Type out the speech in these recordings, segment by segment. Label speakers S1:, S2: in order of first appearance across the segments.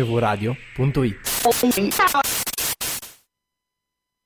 S1: mvradio.it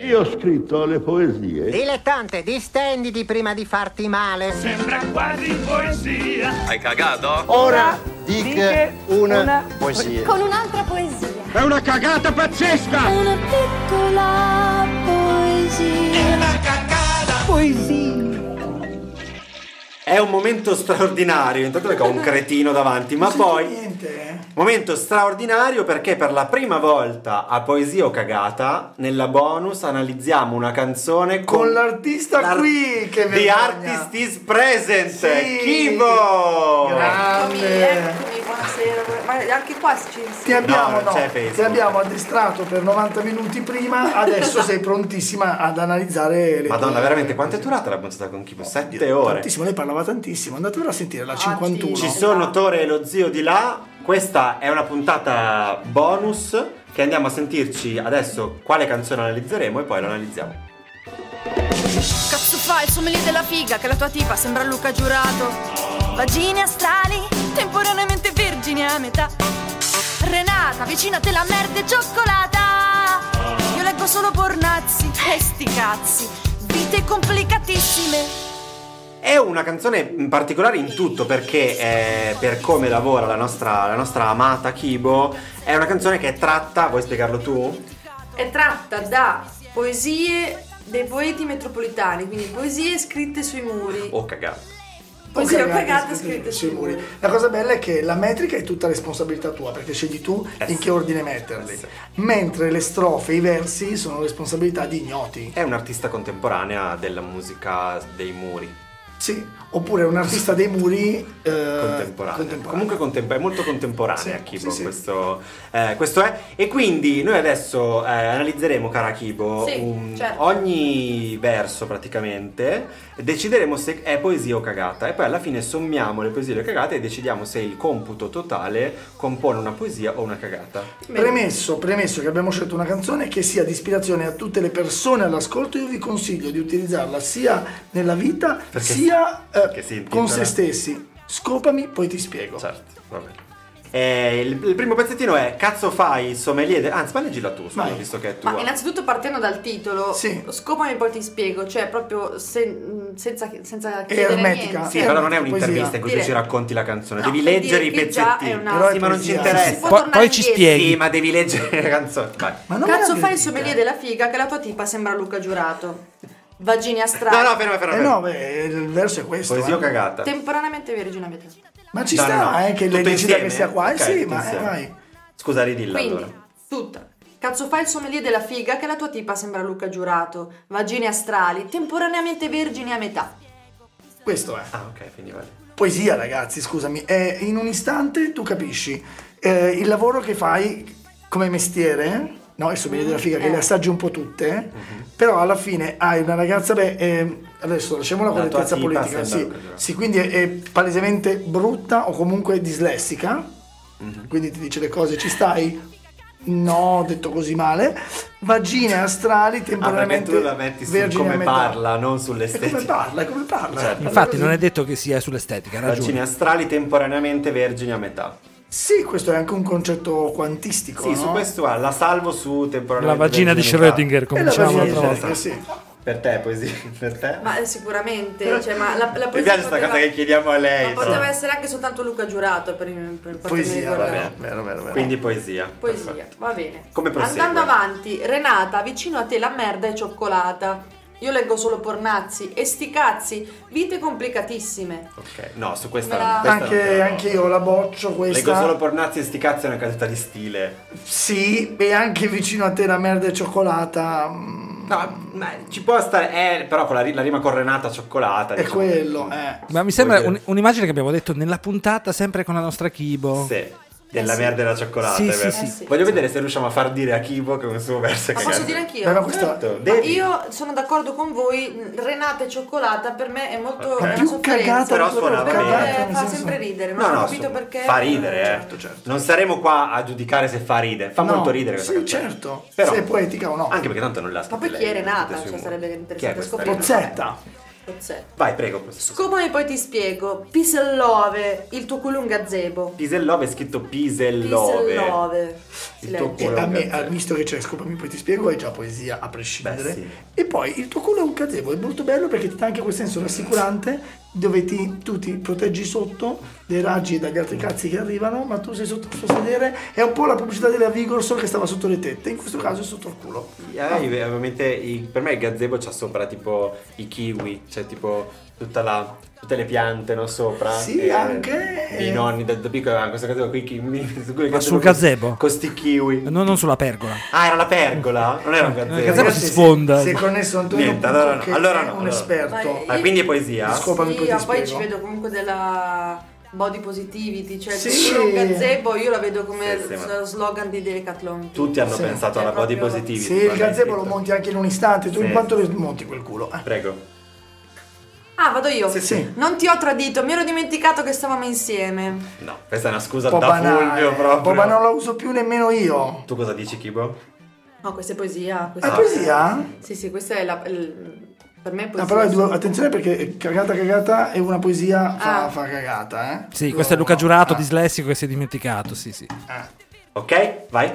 S2: Io ho scritto le poesie.
S3: Dilettante, distenditi prima di farti male.
S4: Sembra quasi poesia.
S5: Hai cagato?
S2: Ora dica una, poesia.
S6: con un'altra poesia.
S2: È una cagata pazzesca!
S6: Una piccola
S7: Eh,
S6: poesia.
S8: È un momento straordinario, intanto perché ho un cretino davanti, ma poi...
S9: Niente. eh.
S8: Momento straordinario perché per la prima volta a Poesia o Cagata, nella bonus analizziamo una canzone con,
S9: Con l'artista qui,
S8: The
S9: che vergogna.
S8: Artist is Present,
S9: Sì.
S8: Kibo!
S10: Eccomi,
S9: Grande.
S10: eccomi, buonasera. buona- Ma anche qua ci
S9: Ti abbiamo,
S8: non
S9: no,
S8: c'è Facebook.
S9: ti abbiamo addestrato per 90 minuti prima, adesso sei prontissima ad analizzare le
S8: Madonna,
S9: tue-
S8: veramente quanto è durata la puntata con Kibo? Sette ore.
S9: Tantissimo, lei parlava tantissimo, andatevela a sentire la 51.
S10: Ah, sì.
S8: Ci sono Tore e lo zio di là. Questa è una puntata bonus che andiamo a sentirci adesso quale canzone analizzeremo e poi la analizziamo.
S7: Cazzo fa il sommelier della figa che la tua tipa sembra Luca Giurato. Vagine astrali, temporaneamente vergini a metà. Renata, vicina te la merda e cioccolata. Io leggo solo pornazzi e sti cazzi. Vite complicatissime.
S8: È una canzone in particolare in tutto perché eh, per come lavora la nostra, la nostra amata Kibo è una canzone che è tratta, vuoi spiegarlo tu?
S10: È tratta da Ah, poesie dei poeti metropolitani, quindi poesie scritte sui muri.
S8: Oh cagato.
S10: Poesie
S9: Ok,
S10: cagate
S9: ragazzi,
S10: scritte
S9: sui
S10: sui muri.
S9: La cosa bella è che la metrica è tutta responsabilità tua, perché scegli tu
S8: Eh
S9: in
S8: sì.
S9: che ordine metterli.
S8: Eh sì.
S9: Mentre le strofe, i versi sono responsabilità di ignoti.
S8: È un'artista contemporanea della musica dei muri.
S9: Sì, oppure un artista dei muri eh,
S8: Contemporanea.
S9: contemporaneo.
S8: Comunque contempo- è molto contemporanea
S9: Sì,
S8: Kibo,
S9: sì, sì.
S8: Questo, eh, questo è. E quindi noi adesso eh, analizzeremo, cara Kibo,
S10: Sì,
S8: un-
S10: certo.
S8: ogni verso praticamente, e decideremo se è poesia o cagata e poi alla fine sommiamo le poesie e le cagate e decidiamo se il computo totale compone una poesia o una cagata.
S9: Premesso, premesso che abbiamo scelto una canzone che sia di ispirazione a tutte le persone all'ascolto, io vi consiglio di utilizzarla sia nella vita
S8: Perché-
S9: sia eh,
S8: perché si intitola-
S9: con se stessi. Scopami, poi ti spiego.
S8: Certo, va bene. Eh, il, il primo pezzettino è Cazzo fai, sommelier. de- Anzi, ma leggila tu, scusa,
S9: Vai.
S8: visto che è tua.
S10: Ma innanzitutto partendo dal titolo,
S9: Sì.
S10: scopami poi ti spiego, cioè proprio sen- senza, senza chiedere
S9: ermetica.
S10: niente.
S8: Sì, però non è
S9: Poesia.
S8: un'intervista in cui tu
S10: Dire-
S8: ci racconti la canzone,
S10: No,
S8: devi
S10: per
S8: leggere i
S10: dire che già è
S8: pezzettini.
S10: una-
S9: Però è
S8: sì, ma non ci
S9: poesia.
S10: Si
S8: interessa.
S10: può
S1: Po-
S10: tornare
S1: poi ci
S10: indietro.
S1: spieghi.
S8: Sì, ma devi leggere la canzone. Vai.
S9: Ma non
S10: Cazzo
S9: me la
S10: fai il
S9: critica.
S10: sommelier della figa che la tua tipa sembra Luca Giurato. Vagine astrali.
S8: No, no, ferma, ferma.
S9: Eh
S8: ferma.
S9: no, beh, il verso è questo.
S8: Poesia o
S9: eh.
S8: cagata.
S10: Temporaneamente vergine a metà.
S9: Ma ci
S8: No,
S9: sta
S8: no, no.
S9: eh, che lei
S8: Tutto
S9: decida
S8: insieme?
S9: che sia qua, eh,
S8: Ok,
S9: sì,
S8: tutto
S9: ma eh,
S8: insieme.
S9: vai.
S8: Scusa, ridilla
S10: Quindi,
S8: allora.
S10: tutta. Cazzo fa il sommelier della figa che la tua tipa sembra Luca Giurato. Vagine astrali, temporaneamente vergini a metà.
S9: Questo è.
S8: Ah, ok, quindi vale.
S9: Poesia, ragazzi, scusami. È in un istante tu capisci eh, il lavoro che fai come mestiere, no? Il
S8: Mm-hmm.
S9: sommelier della figa che
S10: Eh.
S9: le assaggi un po' tutte, però alla fine hai una ragazza, beh, eh, adesso lasciamola
S8: La
S9: con
S8: tua
S9: l'ettezza
S8: tipa
S9: politica,
S8: sembra
S9: sì,
S8: Luca Giurato.
S9: sì, quindi è, è palesemente brutta o comunque dislessica,
S8: Mm-hmm.
S9: quindi ti dice le cose, ci stai? No, detto così male, vagine astrali
S8: Ah, perché
S9: temporaneamente
S8: tu la metti su
S9: vergini a
S8: come
S9: metà.
S8: parla, non
S9: È come
S8: sull'estetica.
S9: parla, è come parla.
S8: Certo.
S1: Infatti non è detto che sia sull'estetica, ha
S8: Vaccini
S1: ragione.
S8: astrali temporaneamente vergini a metà.
S9: Sì, questo è anche un concetto quantistico.
S8: Sì,
S9: no?
S8: su questo guarda, la salvo su
S1: La
S8: temporaneamente.
S1: vagina di
S8: vergini a metà.
S1: Schrödinger, come
S9: È la
S1: dicevamo
S9: vagina
S1: l'altra
S9: di
S1: volta.
S9: Schrödinger, sì.
S8: Per te, poesia. Per te.
S10: Ma eh, sicuramente, cioè, ma la, la
S8: Mi
S10: poesia
S8: piace sta
S10: poteva-
S8: cosa che chiediamo a
S10: Ma
S8: lei.
S10: poteva
S8: però.
S10: essere anche soltanto Luca Giurato per, per quanto mi
S9: Poesia,
S10: riguarda.
S9: va bene, vero, vero, vero.
S8: Quindi poesia.
S10: Poesia, va bene.
S8: Come prosegue?
S10: Andando avanti, Renata, vicino a te la merda è cioccolata. Io leggo solo pornazzi e sti cazzi, vite complicatissime.
S8: Ok, no, su questa,
S10: Me la-
S8: questa non te
S9: anche,
S8: la do.
S9: anche io la boccio questa.
S8: Leggo solo pornazzi e sti cazzi è una casetta di stile.
S9: Sì, e anche vicino a te la merda e cioccolata. mm,
S8: No, ma ci può stare, eh, però con la, ri- la rima con Renata cioccolata.
S9: è
S8: diciamo.
S9: quello, eh.
S1: Ma mi sembra
S8: Vuol
S1: un-
S8: dire-
S1: un'immagine che abbiamo detto nella puntata sempre con la nostra Kibo.
S8: Sì, della merda e la cioccolata.
S1: Sì,
S8: è
S1: sì,
S8: vero.
S1: sì.
S10: Eh, sì.
S8: Voglio vedere se riusciamo a far dire a Kibo che un suo verso è
S10: Ma
S8: cagato.
S10: posso dire anch'io?
S9: Beh, ma questa
S8: Certo,
S10: Ma
S8: devi.
S10: io sono d'accordo con voi, Renata e cioccolata per me è molto
S8: Ok.
S10: è una
S9: Eh, Più
S10: sofferenza.
S9: cagata
S8: Però suona
S10: perché
S8: bene.
S10: fa sempre ridere, non
S8: No,
S10: ho
S8: no,
S10: capito
S8: su-
S10: perché. Cioè,
S8: fa ridere, eh.
S9: Certo, certo.
S8: Non saremo qua a giudicare se fa ridere. Fa
S9: No,
S8: molto ridere questa
S9: sì,
S8: canzone.
S9: certo.
S8: Però-
S9: Se è poetica o no.
S8: Anche perché tanto non la scritta
S10: poi chi
S8: lei,
S10: è Renata?
S8: tutte sue
S10: Cioè,
S8: mura.
S10: sarebbe
S8: Chi è
S10: interessante
S8: questa
S10: scoprire.
S8: Renata?
S9: Pozzetta.
S10: Pozzetto.
S8: Vai, prego, professore.
S10: Scopami poi ti spiego. Pisellove, il tuo culo è un gazebo.
S8: Pisellove è scritto Pisellove.
S10: Pisellove. Si
S8: Il
S10: legge.
S8: tuo
S9: E
S8: culo.
S9: a me,
S8: cazzo.
S9: al misto che c'è, scopami, poi ti spiego, è già poesia a prescindere.
S8: Beh, sì.
S9: E poi il tuo culo è un gazebo, è molto bello perché ti dà anche quel senso rassicurante dove ti- tu ti proteggi sotto dai raggi e dagli altri cazzi che arrivano, ma tu sei sotto il tuo sedere. È un po' la pubblicità della Vigorson che stava sotto le tette, in questo caso è sotto il culo.
S8: Ah, io- ovviamente i- per me il gazebo c'ha sopra tipo i kiwi, cioè tipo tutta la- tutte le piante no, sopra. eh,
S9: Sì, anche-
S8: I nonni da, da piccolo avevano questo gazebo qui, kiwi, su quel
S1: Ma sul gazebo?
S8: Con, con sti kiwi.
S1: No, non sulla pergola.
S8: Ah, era la pergola? Non era un gazebo.
S1: Il gazebo si
S9: Ragazzi,
S1: sfonda.
S9: Se, se è connesso Antonio,
S8: Niente, allora no,
S9: che
S8: allora
S9: è
S8: no,
S9: un
S8: allora no.
S9: esperto.
S10: Vai.
S8: Ah, quindi è poesia?
S9: Scusa. Scopami,
S10: Sì,
S9: poi ti
S10: ma poi ci
S9: spiego.
S10: vedo comunque della body positivity, cioè
S9: Sì.
S10: il culo è un gazebo io la vedo come
S8: Sì, sì, ma-
S10: lo slogan di Decathlon.
S8: Tutti hanno
S9: Sì.
S8: pensato
S10: È
S8: alla body
S10: proprio-
S8: positivity.
S9: Se il
S8: quando hai
S9: gazebo lo
S8: scritto.
S9: monti anche in un istante, tu
S8: Sì.
S9: in quanto lo monti quel culo? Eh.
S8: Prego.
S10: Ah, vado io.
S8: Sì,
S9: sì.
S10: Non ti ho tradito, mi ero dimenticato che stavamo insieme.
S8: No, questa è una scusa
S9: Un po'
S8: da
S9: banale,
S8: Fulvio
S9: un po'
S8: proprio.
S9: ma non la uso più nemmeno io.
S8: Tu cosa dici, Kibo?
S10: No, Ah, questa è poesia.
S9: È
S8: Ah.
S10: Questa
S9: poesia?
S10: Sì, sì, questa è la... il- Per me è poesia.
S9: No, però è due- attenzione perché cagata cagata e una poesia fa,
S10: Ah.
S9: fa cagata, eh?
S1: Sì,
S9: Io-
S1: questo è Luca Giurato,
S9: ah,
S1: dislessico, che si è dimenticato. Sì, sì.
S9: ah.
S8: Ok, vai.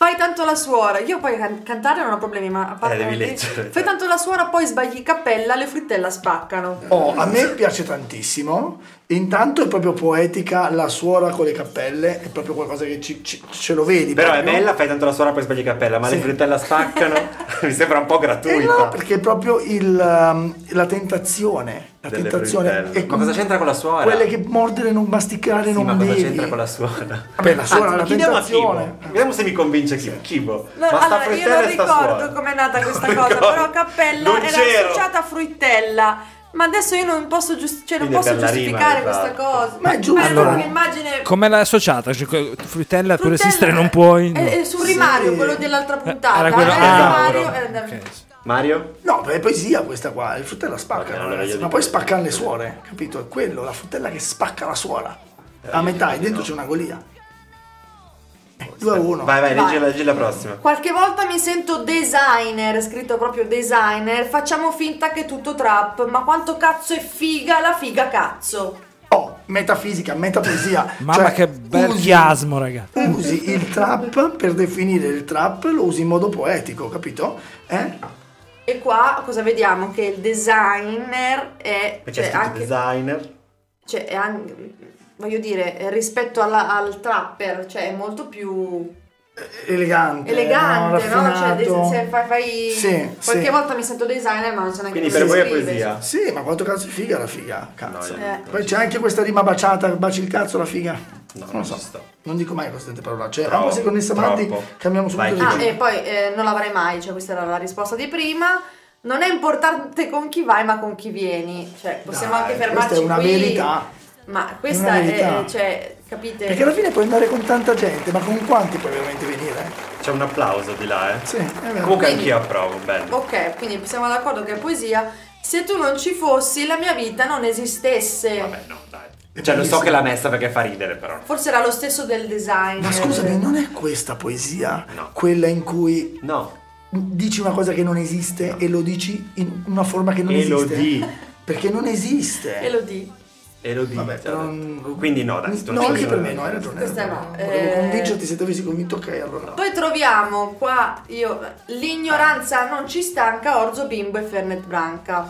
S10: Fai tanto la suora. Io poi can- cantare non ho problemi, ma a parte-
S8: Eh, devi leggere.
S10: Fai tanto la suora, poi sbagli cappella, le frittella spaccano.
S9: Oh, a me piace tantissimo. Intanto è proprio poetica la suora con le cappelle, è proprio qualcosa che ci- ci- ce lo vedi.
S8: Però è
S9: proprio.
S8: bella, fai tanto la suora poi sbagli cappella, ma le frittelle spaccano. Mi sembra un po'
S9: Eh
S8: gratuita.
S9: no, perché è proprio il, um, la tentazione. La
S8: Delle
S9: tentazione.
S8: frittelle.
S9: e
S8: Ma cosa c'entra con la suora?
S9: Quelle che mordere, non masticare,
S8: Sì,
S9: non
S8: ma cosa
S9: devi.
S8: c'entra con la suora?
S9: Vabbè, la suora,
S8: Anzi,
S9: la
S8: chiediamo a
S9: tentazione.
S8: Kibo. Vediamo se mi convince Kibo. Kibo.
S10: No,
S8: ma sta
S10: allora, io
S8: frittella
S10: non
S8: e sta
S10: ricordo
S8: suora.
S10: com'è nata questa
S8: Non
S10: cosa,
S8: ricordo.
S10: però cappella
S8: Non
S10: era
S8: c'ero.
S10: associata a fruttella. Ma adesso io non posso, gius- cioè, non
S8: Quindi è
S10: posso
S8: per la rima, esatto.
S10: giustificare
S8: in
S10: questa
S8: realtà.
S10: cosa.
S9: Ma è giusto.
S10: Era proprio
S9: Allora,
S10: un'immagine...
S1: Come l'ha associata? Cioè, co- Fruttella, tu
S10: fruttella-
S1: resistere non puoi? Eh,
S10: È, è sul rimario,
S9: Sì.
S10: quello dell'altra puntata. Eh,
S1: Era quello-
S10: il
S1: ah,
S10: rimario,
S8: ok.
S10: era da-
S1: Ok.
S8: Mario?
S9: No, è poesia questa qua, il fruttello
S8: Ok,
S9: spacca,
S8: allora
S9: ragazzi,
S8: io
S9: ma
S8: dico-
S9: poi spaccano le suore, capito? È quello, la fruttella che spacca la suora. A metà, e dentro c'è una golia. 2 a 1.
S8: Vai, vai,
S10: Vai.
S8: leggi la, leggi la prossima.
S10: Qualche volta mi sento designer, scritto proprio designer, facciamo finta che è tutto trap, ma quanto cazzo è figa la figa cazzo.
S9: Oh, metafisica, metapoesia.
S1: Mamma
S9: Cioè,
S1: che bel
S9: usi-
S1: chiasmo, raga.
S9: Usi il trap per definire il trap, lo usi in modo poetico, capito? Eh?
S10: E qua cosa vediamo? Che il designer è...
S8: Perché è
S10: Cioè,
S8: scritto
S10: anche,
S8: designer.
S10: cioè, è anche- voglio dire, eh, rispetto alla- al trapper, cioè è molto più
S9: Elegante.
S10: elegante, no? Cioè,
S9: Eh, Raffinato.
S10: des- se fai, fai-
S9: Sì,
S10: qualche
S9: sì.
S10: volta mi sento designer, ma non so neanche
S8: Quindi
S10: come
S8: per
S10: si
S8: voi è
S10: scrive.
S8: poesia.
S9: Sì, ma quanto cazzo è figa la figa, cazzo.
S8: No,
S10: io- Eh.
S9: Poi c'è anche questa rima baciata, baci il cazzo la figa.
S8: No,
S9: non
S8: non
S9: lo so.
S8: ci sto.
S9: Non dico mai queste parolacce. Cioè,
S8: Troppo,
S9: anche se connessa avanti,
S8: troppo.
S9: cambiamo
S8: Vai,
S9: subito di
S8: Chico.
S10: Ah,
S9: tema.
S10: e poi eh, non l'avrei mai, cioè questa era la risposta di prima. Non è importante con chi vai, ma con chi vieni. Cioè, possiamo
S9: Dai,
S10: anche
S9: questa
S10: fermarci
S9: è una
S10: qui.
S9: verità.
S10: Ma
S9: È
S10: questa
S9: una
S10: è,
S9: verità.
S10: cioè, capite?
S9: Perché alla fine puoi andare con tanta gente, ma con quanti puoi veramente venire?
S8: C'è un applauso di là, eh.
S9: Sì, è vero.
S8: Comunque
S10: Quindi-
S8: anch'io approvo, bello.
S10: Ok, quindi siamo d'accordo che è poesia. Se tu non ci fossi, la mia vita non esistesse.
S8: Vabbè, no, dai. Cioè, lo so che l'ha messa perché fa ridere, però.
S10: Forse era lo stesso del design.
S9: Ma scusami, non è questa poesia
S8: No.
S9: quella in cui
S8: No.
S9: dici una cosa che non esiste e lo dici in una forma che non
S8: E lo
S9: esiste?
S8: di.
S9: Perché non esiste.
S10: Elodie.
S8: E lo dico.
S9: Vabbè, però non-
S8: certo.
S9: eh,
S8: Quindi no, dai.
S9: No,
S8: non
S9: anche
S8: c'è-
S9: per me no, hai ragione.
S10: Questa no,
S9: Volevo
S10: eh.
S9: convincerti, se ti avessi convinto, ok, allora no.
S10: Poi troviamo qua io l'ignoranza non ci stanca Orzo Bimbo e Fernet Branca.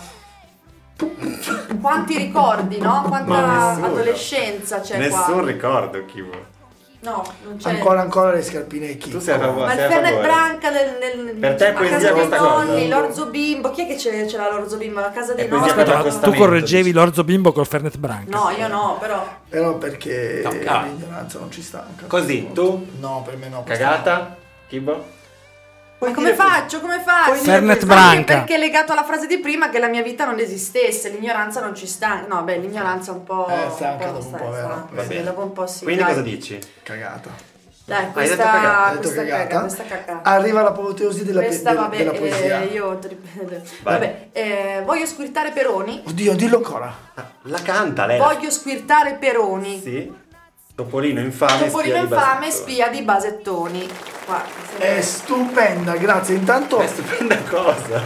S10: Quanti ricordi, no?
S8: Ma
S10: Quanta
S8: nessuno.
S10: adolescenza c'è
S8: Nessun
S10: qua.
S8: ricordo, Kibo.
S10: No, non c'è.
S9: Ancora, ancora le scarpine e
S8: Tu sei a favore.
S10: Ma il
S8: sei a
S10: Fernet
S8: favore.
S10: Branca nel, nel-
S8: Per te è
S10: a
S8: poesia
S10: casa dei
S8: questa
S10: nonni,
S8: cosa?
S10: l'Orzo Bimbo. Chi è che c'è, c'è la l'Orzo Bimbo? A casa dei
S8: È poesia
S10: nonni.
S8: per la
S1: Però
S8: costa-
S1: tu correggevi l'orzo bimbo col Fernet Branca.
S10: No, io no, però
S9: Però perché
S8: No, ah.
S9: l'ignoranza non ci stanca.
S8: Così, tu?
S9: No, per me no. questa
S8: Cagata? Kibo?
S10: ma come faccio? Come faccio?
S1: dire Fernet
S10: Anche
S1: Branca.
S10: Perché è legato alla frase di prima che la mia vita non esistesse, l'ignoranza non ci sta. No, beh, l'ignoranza è un po'.
S9: Eh, stanca dopo un
S10: sta-
S9: po',
S10: sta-
S9: vero?
S10: sì,
S8: Va bene.
S10: dopo un po' sì.
S8: Quindi
S10: dai.
S8: cosa dici?
S9: no. Cagata.
S10: Dai,
S8: Hai detto
S10: questa
S8: cagata,
S9: Ho detto
S10: Ah, questa
S9: cagata.
S10: caga, questa cacca.
S9: Arriva l'apoteosi della,
S10: questa
S9: pe- della-
S10: vabbè,
S9: della
S10: eh,
S9: poesia.
S10: io tri- vabbè, eh, voglio squirtare Peroni.
S8: Eh,
S9: Oddio, dillo ancora.
S8: Ah, La canta lei. la-
S10: Voglio squirtare Peroni.
S8: Sì. Topolino infame.
S10: Topolino
S8: spia di
S10: infame,
S8: Basettoni.
S10: spia di Basettoni. Qua,
S9: Eh, È stupenda, grazie. Intanto
S8: È stupenda cosa.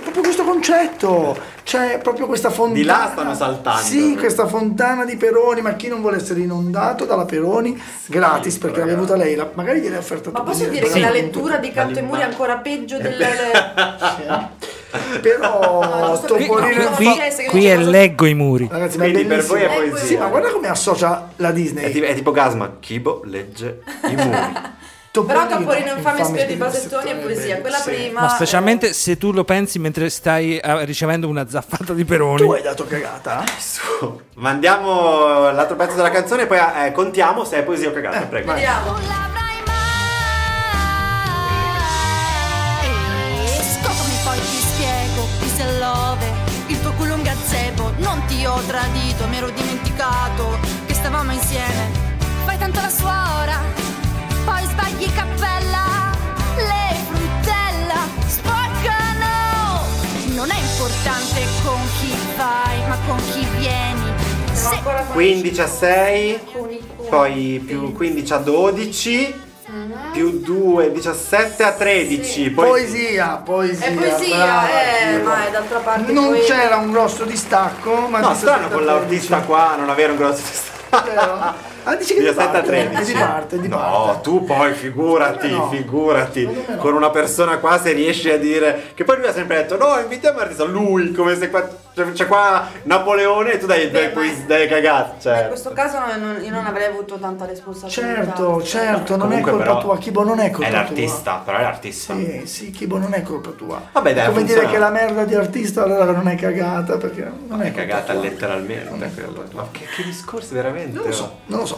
S9: proprio questo concetto. C'è proprio questa fontana.
S8: Di là stanno saltando.
S9: Sì, questa fontana di Peroni, ma chi non vuole essere inondato dalla Peroni gratis perché l'ha bevuta lei, la- magari gliel'hai offerta tu.
S10: Ma posso
S9: quindi
S10: dire che
S9: paghi
S10: la
S9: tu.
S10: lettura di Canto e Muri è ancora peggio della... No,
S9: Però
S10: giusto
S1: Qui,
S10: Buonino,
S1: qui-
S10: non
S9: Topolino
S1: qui-
S10: so se-
S1: qui è leggo i muri.
S9: Ragazzi, ma è
S8: Quindi per
S9: bellissimo.
S8: voi è
S10: Eh,
S8: poesia.
S9: Sì, ma guarda come associa la
S8: È
S9: Disney.
S8: tipo, è tipo Gasman, Kibo legge i muri.
S10: Però Topolino infame
S9: infame
S10: spia di
S9: spirito
S10: Basettoni è
S9: settore,
S10: poesia,
S9: bello,
S10: quella
S9: sì.
S10: prima...
S1: Ma specialmente se tu lo pensi mentre stai eh, ricevendo una zaffata di Peroni.
S9: Tu hai dato cagata?
S8: Su, mandiamo l'altro pezzo della canzone e poi eh, contiamo se è poesia o cagata, prego.
S10: eh, Vediamo.
S6: Non l'avrai mai.
S7: Scopami poi ti spiego, chi se love, il tuo culo è un gazebo, non ti ho tradito, mi ero dimenticato che stavamo insieme. Fai tanto la suora, poi sbagli cappella, le frutella spaccano. Non è importante con chi vai, ma con chi vieni.
S10: Siamo
S7: Se
S10: ancora con-
S8: 15 a 6,
S10: con i cuori.
S8: poi più 15 a 12,
S10: Mm-hmm.
S8: più 2, 17 a 13. Poi
S9: Poesia, poesia.
S10: È poesia,
S9: brava,
S10: eh,
S9: brava.
S10: ma è d'altra parte
S9: Non
S10: poesia.
S9: c'era un grosso distacco, ma
S8: No,
S9: di
S8: strano con
S9: 17 a 13.
S8: l'autista qua, non avere un grosso distacco.
S9: Vero? cioè, Ah, dici che di
S8: 17 a
S9: parte, eh,
S8: 13.
S9: di parte, di
S8: no,
S9: parte.
S8: tu poi figurati,
S9: Come no?
S8: figurati.
S9: Come no?
S8: Con una persona qua se riesci a dire. Che poi lui ha sempre detto: no, invitiamo l'artista. Lui, come se qua. cioè, C'è, c'è qua Napoleone e tu dai, dai,
S10: ma-
S8: dai, dai cagate.
S10: Ma
S8: Cioè.
S10: In questo caso non- non- io non avrei avuto tanta responsabilità.
S9: Certo, certo, non
S8: Comunque
S9: è colpa
S8: però
S9: tua, Kibo non è colpa
S8: È
S9: tua.
S8: l'artista, però è l'artista.
S9: Sì, sì, Kibo non è colpa tua.
S8: Vabbè, dai,
S9: Come
S8: funziona.
S9: dire che la merda di artista allora non è cagata, perché non è,
S8: È
S9: colpa
S8: cagata
S9: tua.
S8: letteralmente quello. Ma che, che discorso veramente?
S9: Non lo so, non lo so.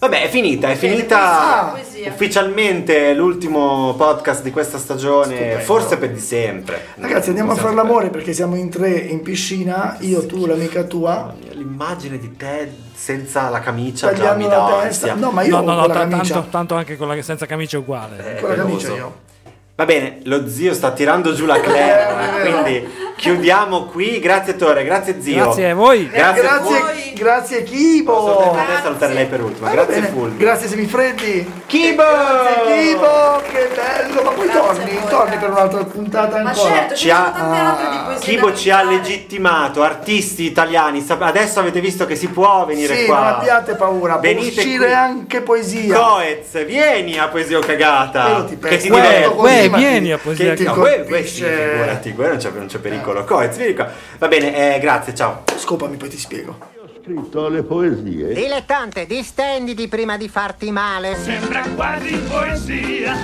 S8: Vabbè, è finita, è
S10: Bene,
S8: finita
S10: poesia, poesia.
S8: ufficialmente l'ultimo podcast di questa stagione,
S9: Stupendo.
S8: forse per di sempre.
S9: Ragazzi, andiamo a
S8: Non
S9: far
S8: possiamo
S9: l'amore perché siamo in tre in piscina, io, tu, l'amica tua.
S8: sapere. L'immagine di te senza la camicia Cioè, già mi
S9: Tagliando
S8: dà
S9: la
S8: ansia.
S9: testa. No, ma io
S1: No,
S9: ho
S1: no, no,
S9: con la
S1: ta-
S9: camicia.
S1: tanto, tanto anche con la senza camicia è uguale.
S8: È
S9: con la
S8: penoso.
S9: camicia io.
S8: Va bene, lo zio sta tirando giù la Claire, quindi chiudiamo qui. Grazie Tore, grazie zio.
S1: Grazie a voi.
S8: Grazie,
S9: grazie,
S8: Fulvio.
S10: voi.
S9: grazie
S8: Posso
S9: Kibo.
S8: salutare te, salutare lei per ultima.
S9: Ah, va
S8: grazie
S9: bene.
S8: Fulvio.
S9: Grazie semifreddi.
S8: Kibo!
S9: Grazie Kibo, che bello. Ma poi
S10: Grazie
S9: torni,
S10: a voi,
S9: torni
S10: grazie.
S9: per un'altra puntata
S10: Ma
S9: ancora.
S10: certo, ci
S8: Ci ha-
S10: sono tante altre di poesie.
S8: Kibo
S10: da
S8: ci ha
S10: citare.
S8: legittimato, artisti italiani, sap- adesso avete visto che si può venire
S9: Sì,
S8: qua.
S9: non abbiate paura, può
S8: Venite
S9: uscire
S8: qui.
S9: anche poesia.
S8: Coez, vieni a Poesia o Cagata,
S9: Io ti
S8: che ti
S9: penso.
S8: diverti.
S1: Guè,
S9: Così, ma ti-
S1: vieni a poesia.
S8: Che ti-
S1: Cagata.
S8: no,
S9: colpisce.
S8: que- que- sì, figurati, quello non c'è, non c'è pericolo. Coez, vieni qua. Va bene, eh, grazie, ciao.
S9: Scopami, poi ti spiego.
S2: Ho scritto le poesie.
S3: Dilettante, distenditi prima di farti male.
S4: sembra quasi poesia.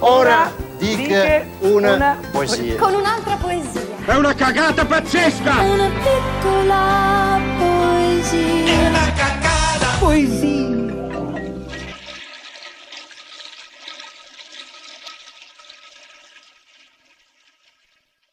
S2: Ora dica una, poesia.
S6: Con un'altra poesia.
S2: È una cagata pazzesca!
S6: Una piccola poesia.